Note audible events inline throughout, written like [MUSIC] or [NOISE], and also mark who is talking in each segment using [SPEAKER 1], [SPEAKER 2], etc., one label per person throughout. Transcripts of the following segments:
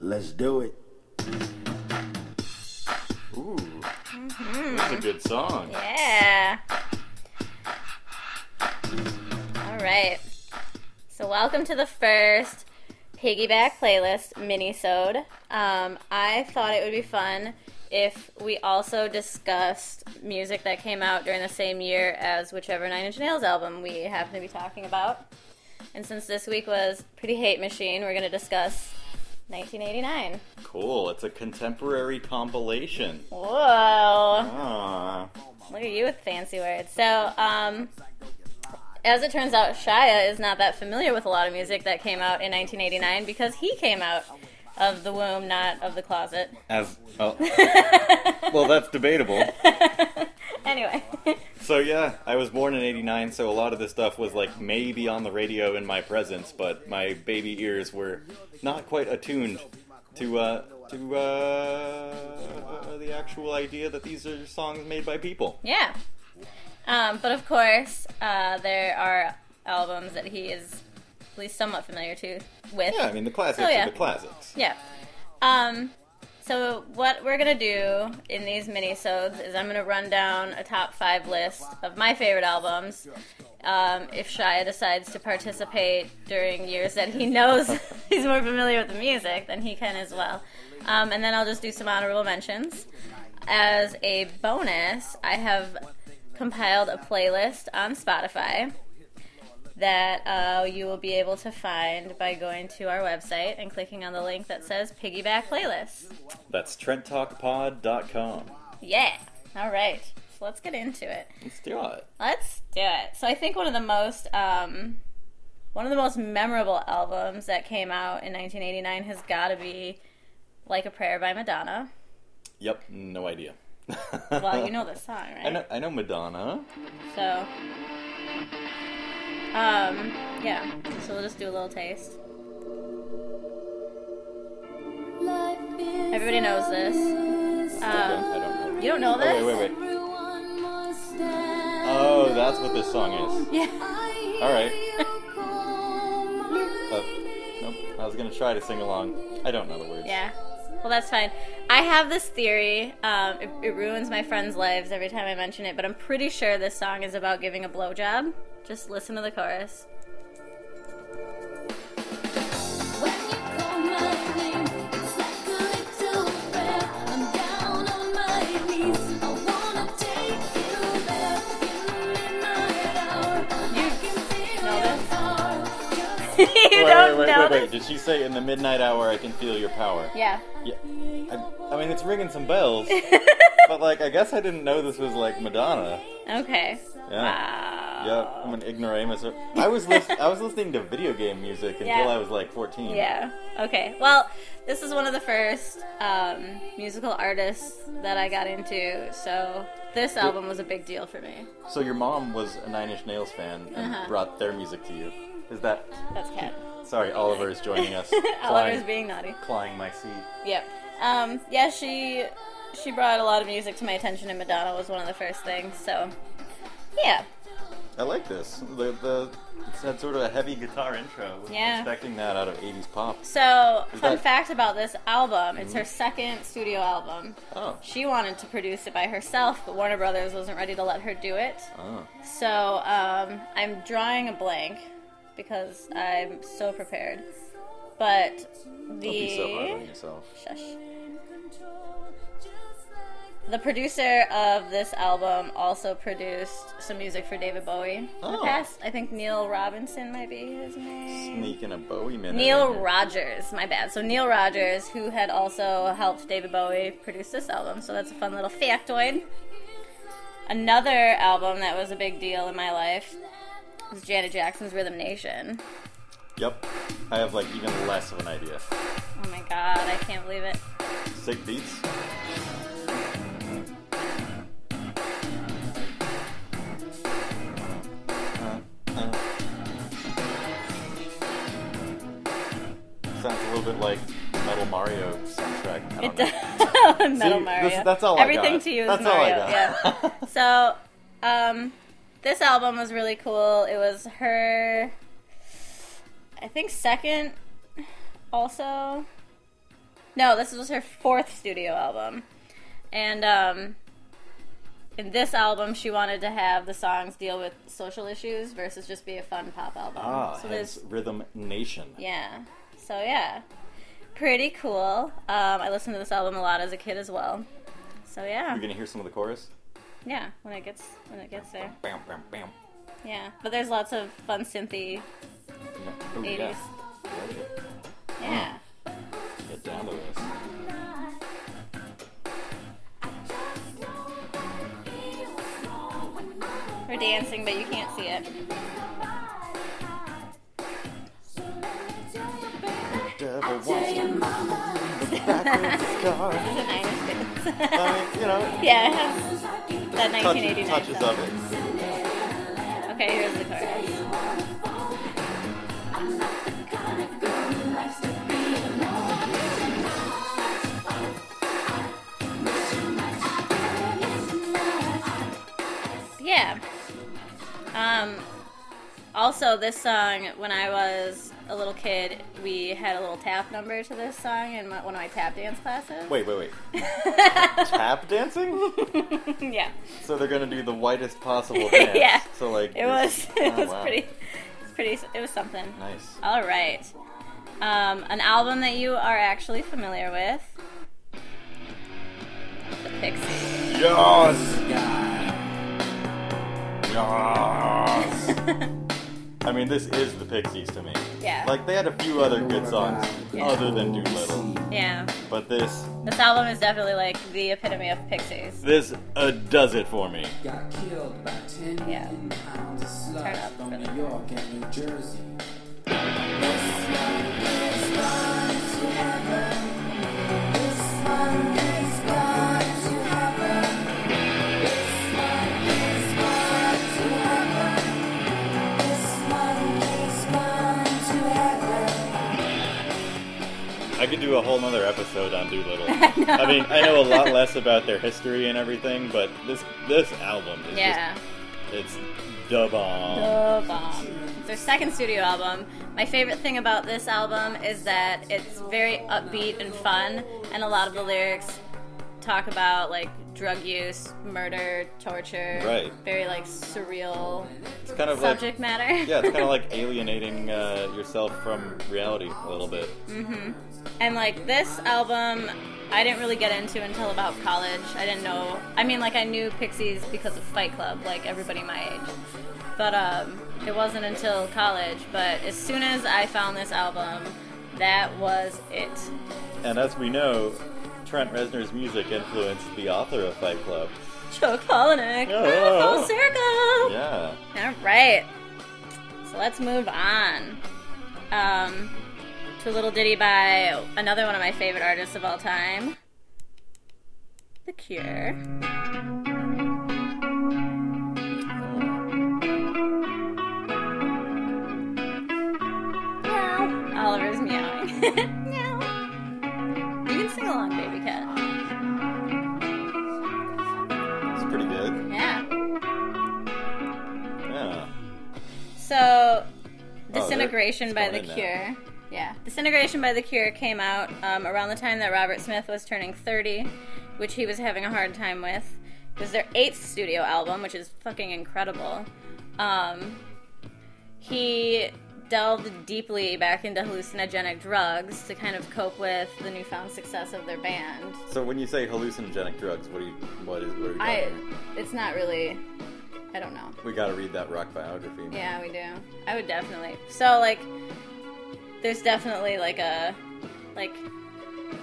[SPEAKER 1] Let's do it.
[SPEAKER 2] Ooh, that's a good song.
[SPEAKER 3] Yeah. All right. So welcome to the first piggyback playlist minisode. Um, I thought it would be fun if we also discussed music that came out during the same year as whichever Nine Inch Nails album we happen to be talking about. And since this week was Pretty Hate Machine, we're going to discuss 1989.
[SPEAKER 2] Cool. It's a contemporary compilation.
[SPEAKER 3] Whoa.
[SPEAKER 2] Ah,
[SPEAKER 3] Look at you with fancy words. So, um, as it turns out, Shia is not that familiar with a lot of music that came out in 1989 because he came out of the womb, not of the closet. [LAUGHS]
[SPEAKER 2] as oh, [LAUGHS] well, that's debatable.
[SPEAKER 3] anyway, [LAUGHS]
[SPEAKER 2] So yeah, I was born in '89, so a lot of this stuff was like maybe on the radio in my presence, but my baby ears were not quite attuned to uh, to uh, the actual idea that these are songs made by people.
[SPEAKER 3] yeah. Um, but of course, uh, there are albums that he is at least somewhat familiar to with.
[SPEAKER 2] Yeah, I mean the classics
[SPEAKER 3] Oh, yeah.
[SPEAKER 2] are the classics.
[SPEAKER 3] Yeah. Um, so what we're gonna do in these minisodes is I'm gonna run down a top five list of my favorite albums. Um, if Shia decides to participate during years that he knows [LAUGHS] he's more familiar with the music, then he can as well. Um, and then I'll just do some honorable mentions. As a bonus, I have compiled a playlist on Spotify that uh, you will be able to find by going to our website and clicking on the link that says Piggyback Playlist.
[SPEAKER 2] That's TrentTalkPod.com.
[SPEAKER 3] Yeah. All right. So let's get into it.
[SPEAKER 2] Let's do it.
[SPEAKER 3] Let's do it. So I think one of the most um, one of the most memorable albums that came out in 1989 has got to be "Like a Prayer" by Madonna.
[SPEAKER 2] Yep, no idea.
[SPEAKER 3] Well, you know this song,
[SPEAKER 2] [LAUGHS]
[SPEAKER 3] right?
[SPEAKER 2] I know, I know Madonna.
[SPEAKER 3] So, um, yeah. So we'll just do a little taste. Everybody knows this.
[SPEAKER 2] I
[SPEAKER 3] Um,
[SPEAKER 2] don't, I don't know.
[SPEAKER 3] you don't know this?
[SPEAKER 2] Oh, wait, wait, wait. Oh, that's what this song is.
[SPEAKER 3] [LAUGHS] Yeah.
[SPEAKER 2] All right. Oh, nope. I was gonna try to sing along. I don't know the words.
[SPEAKER 3] Yeah. Well, that's fine. I have this theory. Um, it, it ruins my friends' lives every time I mention it, but I'm pretty sure this song is about giving a blowjob. Just listen to the chorus. [LAUGHS] you
[SPEAKER 2] Wait, wait,
[SPEAKER 3] don't
[SPEAKER 2] wait,
[SPEAKER 3] know
[SPEAKER 2] wait,
[SPEAKER 3] this?
[SPEAKER 2] wait. Did she say in the midnight hour I can feel your power?
[SPEAKER 3] Yeah. [LAUGHS]
[SPEAKER 2] Yeah. I, I mean, it's ringing some bells, but like, I guess I didn't know this was like Madonna.
[SPEAKER 3] Okay.
[SPEAKER 2] Yeah.
[SPEAKER 3] Wow.
[SPEAKER 2] Yeah, I'm an ignoramus. I was lis- I was listening to video game music until
[SPEAKER 3] Yeah.
[SPEAKER 2] I was like 14.
[SPEAKER 3] Yeah. Okay. Well, this is one of the first um, musical artists that I got into, so this album was a big deal for me.
[SPEAKER 2] So your mom was a Nine Inch Nails fan and
[SPEAKER 3] Uh-huh.
[SPEAKER 2] brought their music to you. Is that?
[SPEAKER 3] That's cat. [LAUGHS]
[SPEAKER 2] Sorry, Oliver is joining us.
[SPEAKER 3] Oliver's
[SPEAKER 2] clawing-
[SPEAKER 3] being naughty.
[SPEAKER 2] clawing my seat.
[SPEAKER 3] Yep. Um, yeah, she she brought a lot of music to my attention, and Madonna was one of the first things. So, yeah,
[SPEAKER 2] I like this. The the it's had sort of a heavy guitar intro. Was
[SPEAKER 3] Yeah.
[SPEAKER 2] Expecting that out of 80s pop.
[SPEAKER 3] So,
[SPEAKER 2] Is
[SPEAKER 3] fun
[SPEAKER 2] that- Mhm.
[SPEAKER 3] fact about this album it's her second studio album.
[SPEAKER 2] Oh.
[SPEAKER 3] She wanted to produce it by herself, but Warner Brothers wasn't ready to let her do it.
[SPEAKER 2] Oh.
[SPEAKER 3] So, um, I'm drawing a blank because I'm so prepared. But
[SPEAKER 2] Don't be so hard on
[SPEAKER 3] the.
[SPEAKER 2] yourself.
[SPEAKER 3] Shush. The producer of this album also produced some music for David Bowie. in The
[SPEAKER 2] Oh.
[SPEAKER 3] past, I think Neil Robinson might be his name.
[SPEAKER 2] Sneaking a Bowie minute.
[SPEAKER 3] Neil
[SPEAKER 2] in here.
[SPEAKER 3] Rogers, my bad. So Neil Rogers, who had also helped David Bowie produce this album, so that's a fun little factoid. Another album that was a big deal in my life was Janet Jackson's Rhythm Nation.
[SPEAKER 2] Yep. I have like even less of an idea.
[SPEAKER 3] Oh my god, I can't believe it.
[SPEAKER 2] Sick beats. Uh, uh. Sounds a little bit like Metal Mario soundtrack. I
[SPEAKER 3] It
[SPEAKER 2] don't know.
[SPEAKER 3] does. [LAUGHS] Metal
[SPEAKER 2] Oh, See,
[SPEAKER 3] Mario.
[SPEAKER 2] this- that's all I
[SPEAKER 3] Everything
[SPEAKER 2] got.
[SPEAKER 3] to you is
[SPEAKER 2] That's all
[SPEAKER 3] Mario.
[SPEAKER 2] I got. [LAUGHS]
[SPEAKER 3] Yeah. [LAUGHS] so, um, this album was really cool. It was her, I think, second. Also, No, this was her fourth studio album. And um, in this album, she wanted to have the songs deal with social issues versus just be a fun pop album.
[SPEAKER 2] Ah,
[SPEAKER 3] so
[SPEAKER 2] hence
[SPEAKER 3] there's,
[SPEAKER 2] Rhythm Nation.
[SPEAKER 3] yeah. So yeah, pretty cool. Um, I listened to this album a lot as a kid as well. So yeah,
[SPEAKER 2] You're gonna hear some of the chorus.
[SPEAKER 3] yeah. When it gets when it gets there,
[SPEAKER 2] Bam, bam, bam.
[SPEAKER 3] yeah. But there's lots of fun synthy.
[SPEAKER 2] Oh, yeah.
[SPEAKER 3] 80s.
[SPEAKER 2] Like it.
[SPEAKER 3] Yeah.
[SPEAKER 2] Get down to this.
[SPEAKER 3] We're dancing, but you can't see it. [LAUGHS]
[SPEAKER 2] Devil wants to the back of his car.
[SPEAKER 3] It's a 90s dance.
[SPEAKER 2] I mean, you know,
[SPEAKER 3] yeah, it has that
[SPEAKER 2] touch,
[SPEAKER 3] 1989
[SPEAKER 2] touches
[SPEAKER 3] song.
[SPEAKER 2] of it.
[SPEAKER 3] Okay, here's the chorus. Yeah. Um, also, this song, when I was a little kid, we had a little tap number to this song in my, one of my tap dance classes.
[SPEAKER 2] Wait, wait,
[SPEAKER 3] [LAUGHS]
[SPEAKER 2] wait. Tap dancing?
[SPEAKER 3] yeah.
[SPEAKER 2] So they're gonna do the whitest
[SPEAKER 3] [LAUGHS]
[SPEAKER 2] possible dance.
[SPEAKER 3] Yeah.
[SPEAKER 2] So like this-
[SPEAKER 3] It was [LAUGHS] it
[SPEAKER 2] oh,
[SPEAKER 3] was
[SPEAKER 2] wow.
[SPEAKER 3] pretty it's pretty it was something.
[SPEAKER 2] nice.
[SPEAKER 3] All right. Um, an album that you are actually familiar with. The Pixies. [LAUGHS]
[SPEAKER 2] Yes. Yes. I mean, this is the Pixies to me.
[SPEAKER 3] Yeah.
[SPEAKER 2] Like they had a few other good songs
[SPEAKER 3] Yeah.
[SPEAKER 2] other than Doolittle,
[SPEAKER 3] Yeah.
[SPEAKER 2] but this
[SPEAKER 3] This album is definitely like the epitome of Pixies.
[SPEAKER 2] this uh, does it for me.
[SPEAKER 1] Got killed by 10
[SPEAKER 3] Yeah.
[SPEAKER 1] million pounds of
[SPEAKER 3] Turn
[SPEAKER 1] slugs
[SPEAKER 3] up
[SPEAKER 1] from
[SPEAKER 3] for
[SPEAKER 1] New
[SPEAKER 3] that.
[SPEAKER 1] York and New Jersey.
[SPEAKER 2] I could do a whole nother episode on
[SPEAKER 3] [LAUGHS]
[SPEAKER 2] Doolittle. I mean, I know a lot less about their history and everything, but this this album is
[SPEAKER 3] Yeah.
[SPEAKER 2] just it's da bomb.
[SPEAKER 3] The bomb. It's their second studio album. My favorite thing about this album is that it's very upbeat and fun, and a lot of the lyrics talk about like drug use, murder, torture.
[SPEAKER 2] Right.
[SPEAKER 3] Very like surreal
[SPEAKER 2] It's kind of like
[SPEAKER 3] subject matter.
[SPEAKER 2] yeah, it's kind of like alienating uh, yourself from reality a little bit.
[SPEAKER 3] Mm. And like this album, I didn't really get into until about college. I didn't know. I mean, like I knew Pixies because of Fight Club, like everybody my age. But um, it wasn't until college. But as soon as I found this album, that was it.
[SPEAKER 2] And as we know, Trent Reznor's music influenced the author of Fight Club.
[SPEAKER 3] Chuck Palahniuk,
[SPEAKER 2] Yeah.
[SPEAKER 3] full circle.
[SPEAKER 2] Yeah.
[SPEAKER 3] All right. So let's move on um, to a little ditty by another one of my favorite artists of all time, The Cure. Meow. Oliver's meowing. [LAUGHS] Meow. You can sing along, baby cat.
[SPEAKER 2] It's pretty good.
[SPEAKER 3] Yeah.
[SPEAKER 2] Yeah.
[SPEAKER 3] So,
[SPEAKER 2] Oh, they're-
[SPEAKER 3] Disintegration
[SPEAKER 2] it's
[SPEAKER 3] by The
[SPEAKER 2] going in
[SPEAKER 3] Cure.
[SPEAKER 2] now.
[SPEAKER 3] Yeah. Disintegration by The Cure came out um, around the time that Robert Smith was turning 30, which he was having a hard time with. It was their eighth studio album, which is fucking incredible. Um, he delved deeply back into hallucinogenic drugs to kind of cope with the newfound success of their band.
[SPEAKER 2] So when you say hallucinogenic drugs, what do you what is what are you talking
[SPEAKER 3] I,
[SPEAKER 2] about?
[SPEAKER 3] it's not really, I don't know.
[SPEAKER 2] We gotta read that rock biography. man.
[SPEAKER 3] Yeah, we do. I would definitely. So like, there's definitely like a like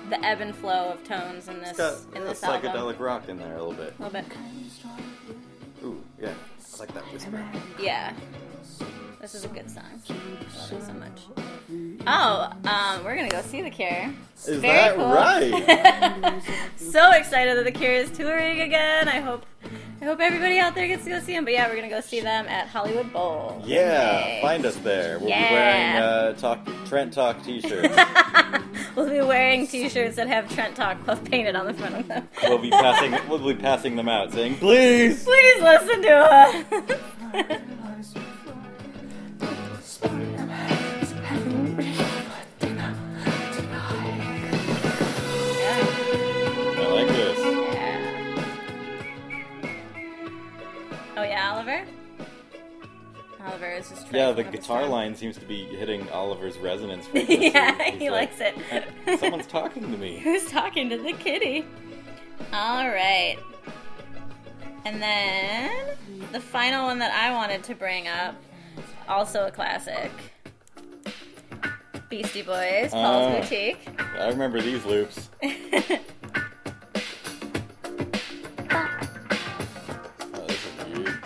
[SPEAKER 3] the ebb and flow of tones in this
[SPEAKER 2] It's got
[SPEAKER 3] in
[SPEAKER 2] yeah,
[SPEAKER 3] this
[SPEAKER 2] psychedelic
[SPEAKER 3] album.
[SPEAKER 2] rock in there a little bit.
[SPEAKER 3] A little bit.
[SPEAKER 2] Ooh, yeah. I like that whisper.
[SPEAKER 3] Yeah. This is a good song. Love it so much. Oh, um, we're gonna go see The Cure.
[SPEAKER 2] Is that
[SPEAKER 3] Very cool. [LAUGHS]
[SPEAKER 2] right?
[SPEAKER 3] So excited that The Cure is touring again. I hope, I hope everybody out there gets to go see them. But yeah, we're gonna go see them at Hollywood Bowl.
[SPEAKER 2] yeah.
[SPEAKER 3] Yay.
[SPEAKER 2] Find us there. We'll
[SPEAKER 3] Yeah.
[SPEAKER 2] be wearing uh, talk Trent Talk t-shirts.
[SPEAKER 3] We'll be wearing T-shirts that have Trent Talk [LAUGHS] Puff painted on the front of them.
[SPEAKER 2] we'll be passing we'll be passing them out, saying
[SPEAKER 3] [LAUGHS]
[SPEAKER 2] please.
[SPEAKER 3] Please listen to us. Oh, is trying
[SPEAKER 2] Yeah, the
[SPEAKER 3] to come up with
[SPEAKER 2] guitar
[SPEAKER 3] sound.
[SPEAKER 2] line seems to be hitting Oliver's
[SPEAKER 3] [LAUGHS]
[SPEAKER 2] resonance. frequency.
[SPEAKER 3] yeah,
[SPEAKER 2] He's
[SPEAKER 3] he likes it.
[SPEAKER 2] Someone's talking to
[SPEAKER 3] [LAUGHS]
[SPEAKER 2] me.
[SPEAKER 3] Who's talking to the kitty? All right. And then the final one that I wanted to bring up, also a classic Beastie Boys, Paul's
[SPEAKER 2] Ah.
[SPEAKER 3] Boutique.
[SPEAKER 2] I remember these
[SPEAKER 3] [LAUGHS]
[SPEAKER 2] loops. Oh, this is weird.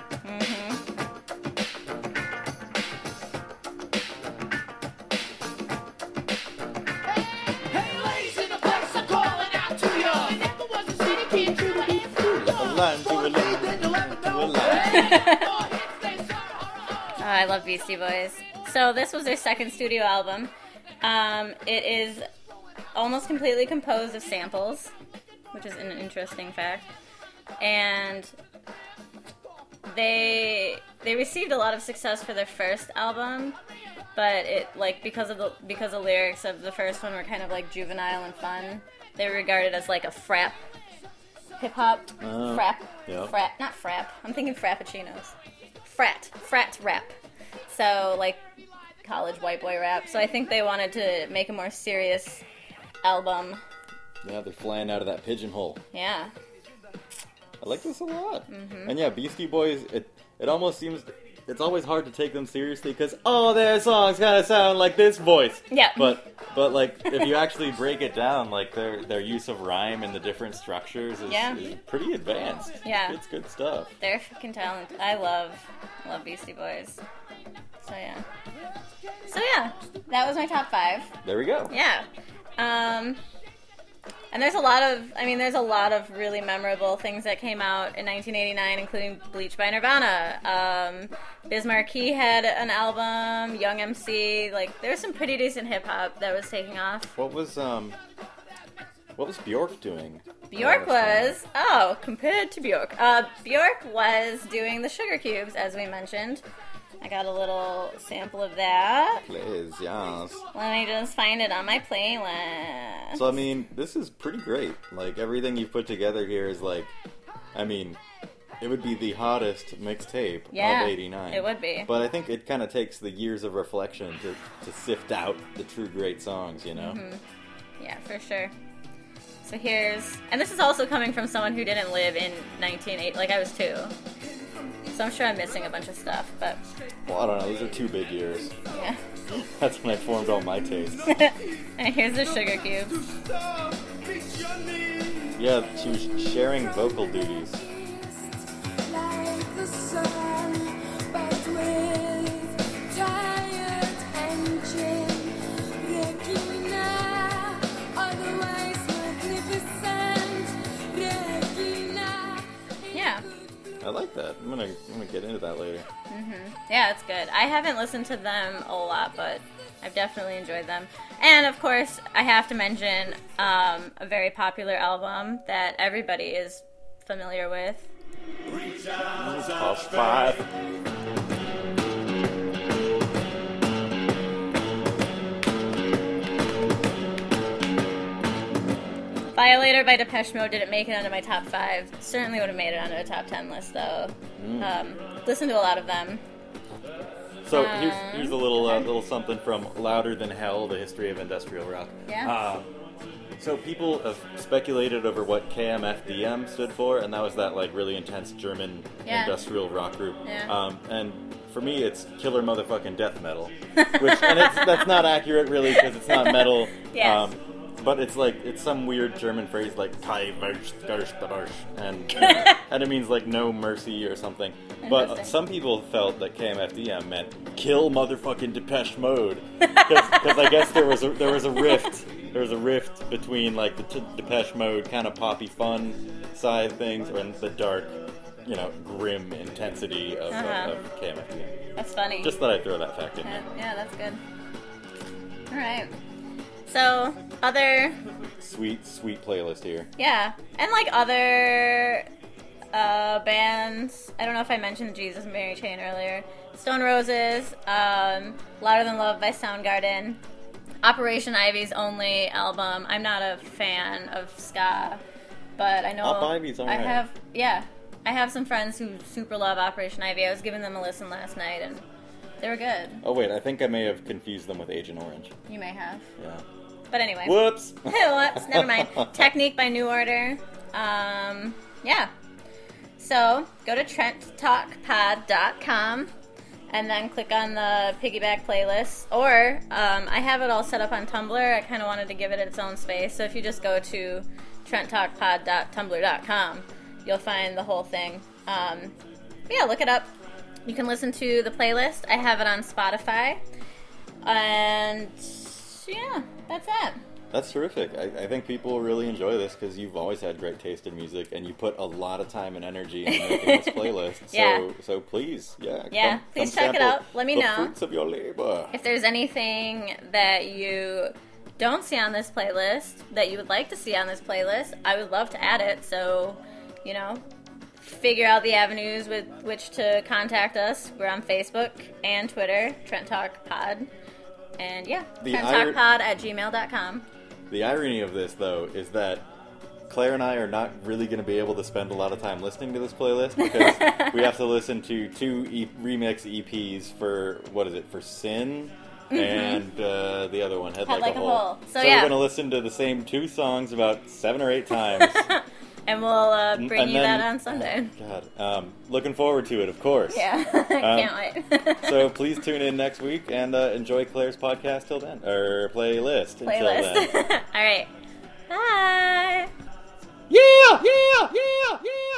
[SPEAKER 2] Line to a line, to a line.
[SPEAKER 3] Oh, I love Beastie Boys. So this was their second studio album. Um, it is almost completely composed of samples, which is an interesting fact. And they they received a lot of success for their first album, but it like because of the because the lyrics of the first one were kind of like juvenile and fun. They were regarded as like a frap hip hop
[SPEAKER 2] Uh,
[SPEAKER 3] frap
[SPEAKER 2] yeah.
[SPEAKER 3] frat not frap. I'm thinking frappuccinos frat frat rap so like college white boy rap so i think they wanted to make a more serious album
[SPEAKER 2] Yeah, they're flying out of that pigeonhole.
[SPEAKER 3] yeah
[SPEAKER 2] I like this a lot.
[SPEAKER 3] Mm-hmm.
[SPEAKER 2] And yeah, Beastie Boys. It it almost seems it's always hard to take them seriously because all their songs kind of sound like this voice.
[SPEAKER 3] Yeah.
[SPEAKER 2] But but like if you actually break it down, like their their use of rhyme and the different structures is,
[SPEAKER 3] Yeah.
[SPEAKER 2] is pretty advanced.
[SPEAKER 3] Yeah.
[SPEAKER 2] It's good stuff.
[SPEAKER 3] they're fucking talented i love love beastie boys so yeah so yeah that was my top five
[SPEAKER 2] There we go.
[SPEAKER 3] yeah um and there's a lot of i mean there's a lot of really memorable things that came out in 1989 including bleach by nirvana um bismarcky had an album young mc like there was some pretty decent hip-hop that was taking off
[SPEAKER 2] What was um. What was Bjork doing?
[SPEAKER 3] Bjork
[SPEAKER 2] Oh, that's
[SPEAKER 3] was oh, compared to Bjork. Uh, Bjork was doing the sugar cubes, as we mentioned. I got a little sample of that.
[SPEAKER 2] Please, yes.
[SPEAKER 3] Let me just find it on my playlist.
[SPEAKER 2] So I mean, this is pretty great. Like everything you've put together here is like, I mean, it would be the hottest mixtape
[SPEAKER 3] Yeah,
[SPEAKER 2] of '89.
[SPEAKER 3] it would be.
[SPEAKER 2] But I think it kind of takes the years of reflection to, to sift out the true great songs. You know,
[SPEAKER 3] Mm-hmm. yeah, for sure. So here's, and this is also coming from someone who didn't live in 1980. Like I was two, so I'm sure I'm missing a bunch of stuff. But
[SPEAKER 2] well, I don't know. These are two big years.
[SPEAKER 3] yeah,
[SPEAKER 2] [LAUGHS] That's when I formed all my tastes.
[SPEAKER 3] and here's the sugar cubes.
[SPEAKER 2] yeah, she was sharing vocal duties.
[SPEAKER 4] Like the sun, but with tired engine, Regina, otherwise magnificent, Regina.
[SPEAKER 3] Yeah.
[SPEAKER 2] I like that. I'm gonna I'm gonna get into that later.
[SPEAKER 3] Yeah, it's good. I haven't listened to them a lot, but I've definitely enjoyed them. And of course, I have to mention um, a very popular album that everybody is familiar with.
[SPEAKER 2] Top five.
[SPEAKER 3] Violator by Depeche Mode didn't make it onto my top five. Certainly would have made it onto a top ten list, though. Um, listen to a lot of them.
[SPEAKER 2] So here's here's a little uh, little something from Louder Than Hell: The History of Industrial Rock.
[SPEAKER 3] Yeah.
[SPEAKER 2] Uh, so people have speculated over what KMFDM stood for, and that was that like really intense German
[SPEAKER 3] Yeah.
[SPEAKER 2] industrial rock group.
[SPEAKER 3] Yeah.
[SPEAKER 2] Um, and for me, it's killer motherfucking death
[SPEAKER 3] [LAUGHS]
[SPEAKER 2] metal, which and it's, that's not accurate really because it's not metal.
[SPEAKER 3] [LAUGHS]
[SPEAKER 2] Um,
[SPEAKER 3] Yes.
[SPEAKER 2] but it's like it's some weird German phrase like "Kai Versch, Gersch, Bersch,"
[SPEAKER 3] [LAUGHS]
[SPEAKER 2] and and it means like no mercy or something. But
[SPEAKER 3] Interesting.
[SPEAKER 2] some people felt that KMFDM meant kill motherfucking Depeche Mode because I guess there was a, there was a rift there was a rift between like the t- Depeche Mode kind of poppy fun side of things and the dark you know grim intensity of,
[SPEAKER 3] Uh-huh.
[SPEAKER 2] of, of KMFDM.
[SPEAKER 3] That's funny.
[SPEAKER 2] Just thought I'd throw that fact in.
[SPEAKER 3] Yeah,
[SPEAKER 2] there.
[SPEAKER 3] yeah, that's good. All right. So other
[SPEAKER 2] Sweet sweet playlist here.
[SPEAKER 3] Yeah, and like other uh, bands, I don't know if I mentioned Jesus and Mary Chain earlier. Stone Roses, um, Louder Than Love by Soundgarden, Operation Ivy's only album. I'm not a fan of ska, but I know
[SPEAKER 2] Op Ivy's
[SPEAKER 3] I
[SPEAKER 2] alright.
[SPEAKER 3] have yeah, I have some friends who super love Operation Ivy. I was giving them a listen last night, and They were good.
[SPEAKER 2] Oh wait, I think I may have confused them with Agent Orange.
[SPEAKER 3] You may have.
[SPEAKER 2] Yeah.
[SPEAKER 3] But anyway.
[SPEAKER 2] Whoops. [LAUGHS]
[SPEAKER 3] [LAUGHS] Whoops, never mind. Technique by New Order. Um, yeah. So go to TrentTalkPod.com and then click on the piggyback playlist. Or um, I have it all set up on Tumblr. I kind of wanted to give it its own space. So if you just go to TrentTalkPod.tumblr.com, you'll find the whole thing. Um, yeah, look it up. You can listen to the playlist. I have it on Spotify. And yeah, that's it.
[SPEAKER 2] That's terrific. I, I think people will really enjoy this because you've always had great taste in music, and you put a lot of time and energy in making this playlist.
[SPEAKER 3] [LAUGHS] Yeah.
[SPEAKER 2] So, so please, yeah,
[SPEAKER 3] Yeah, please check it
[SPEAKER 2] sample
[SPEAKER 3] out. Let me
[SPEAKER 2] the
[SPEAKER 3] know.
[SPEAKER 2] fruits of your labor.
[SPEAKER 3] If there's anything that you don't see on this playlist that you would like to see on this playlist, I would love to add it. So, you know, figure out the avenues with which to contact us. We're on Facebook and Twitter, Trent Talk Pod. And yeah,
[SPEAKER 2] The
[SPEAKER 3] Trent
[SPEAKER 2] ir-
[SPEAKER 3] Talk Pod at gmail.com.
[SPEAKER 2] The irony of this, though, is that Claire and I are not really going to be able to spend a lot of time listening to this playlist
[SPEAKER 3] [LAUGHS]
[SPEAKER 2] because we have to listen to two e- remix EPs for what is it for Sin and uh, the other one Head,
[SPEAKER 3] Mm-hmm. Like a Hole. So,
[SPEAKER 2] So,
[SPEAKER 3] yeah.
[SPEAKER 2] we're going to listen to the same two songs about seven or eight
[SPEAKER 3] [LAUGHS]
[SPEAKER 2] times.
[SPEAKER 3] And we'll uh, bring
[SPEAKER 2] Mm, And
[SPEAKER 3] you
[SPEAKER 2] then-
[SPEAKER 3] that on Sunday.
[SPEAKER 2] [LAUGHS]
[SPEAKER 3] [LAUGHS]
[SPEAKER 2] God, um, looking forward to it, of course.
[SPEAKER 3] Yeah, [LAUGHS] can't wait.
[SPEAKER 2] Uh, So please tune in next week and uh, enjoy Claire's podcast till then, or playlist, until
[SPEAKER 3] [LAUGHS]
[SPEAKER 2] then.
[SPEAKER 3] playlist. All right. Bye.
[SPEAKER 2] Yeah, yeah, yeah, yeah.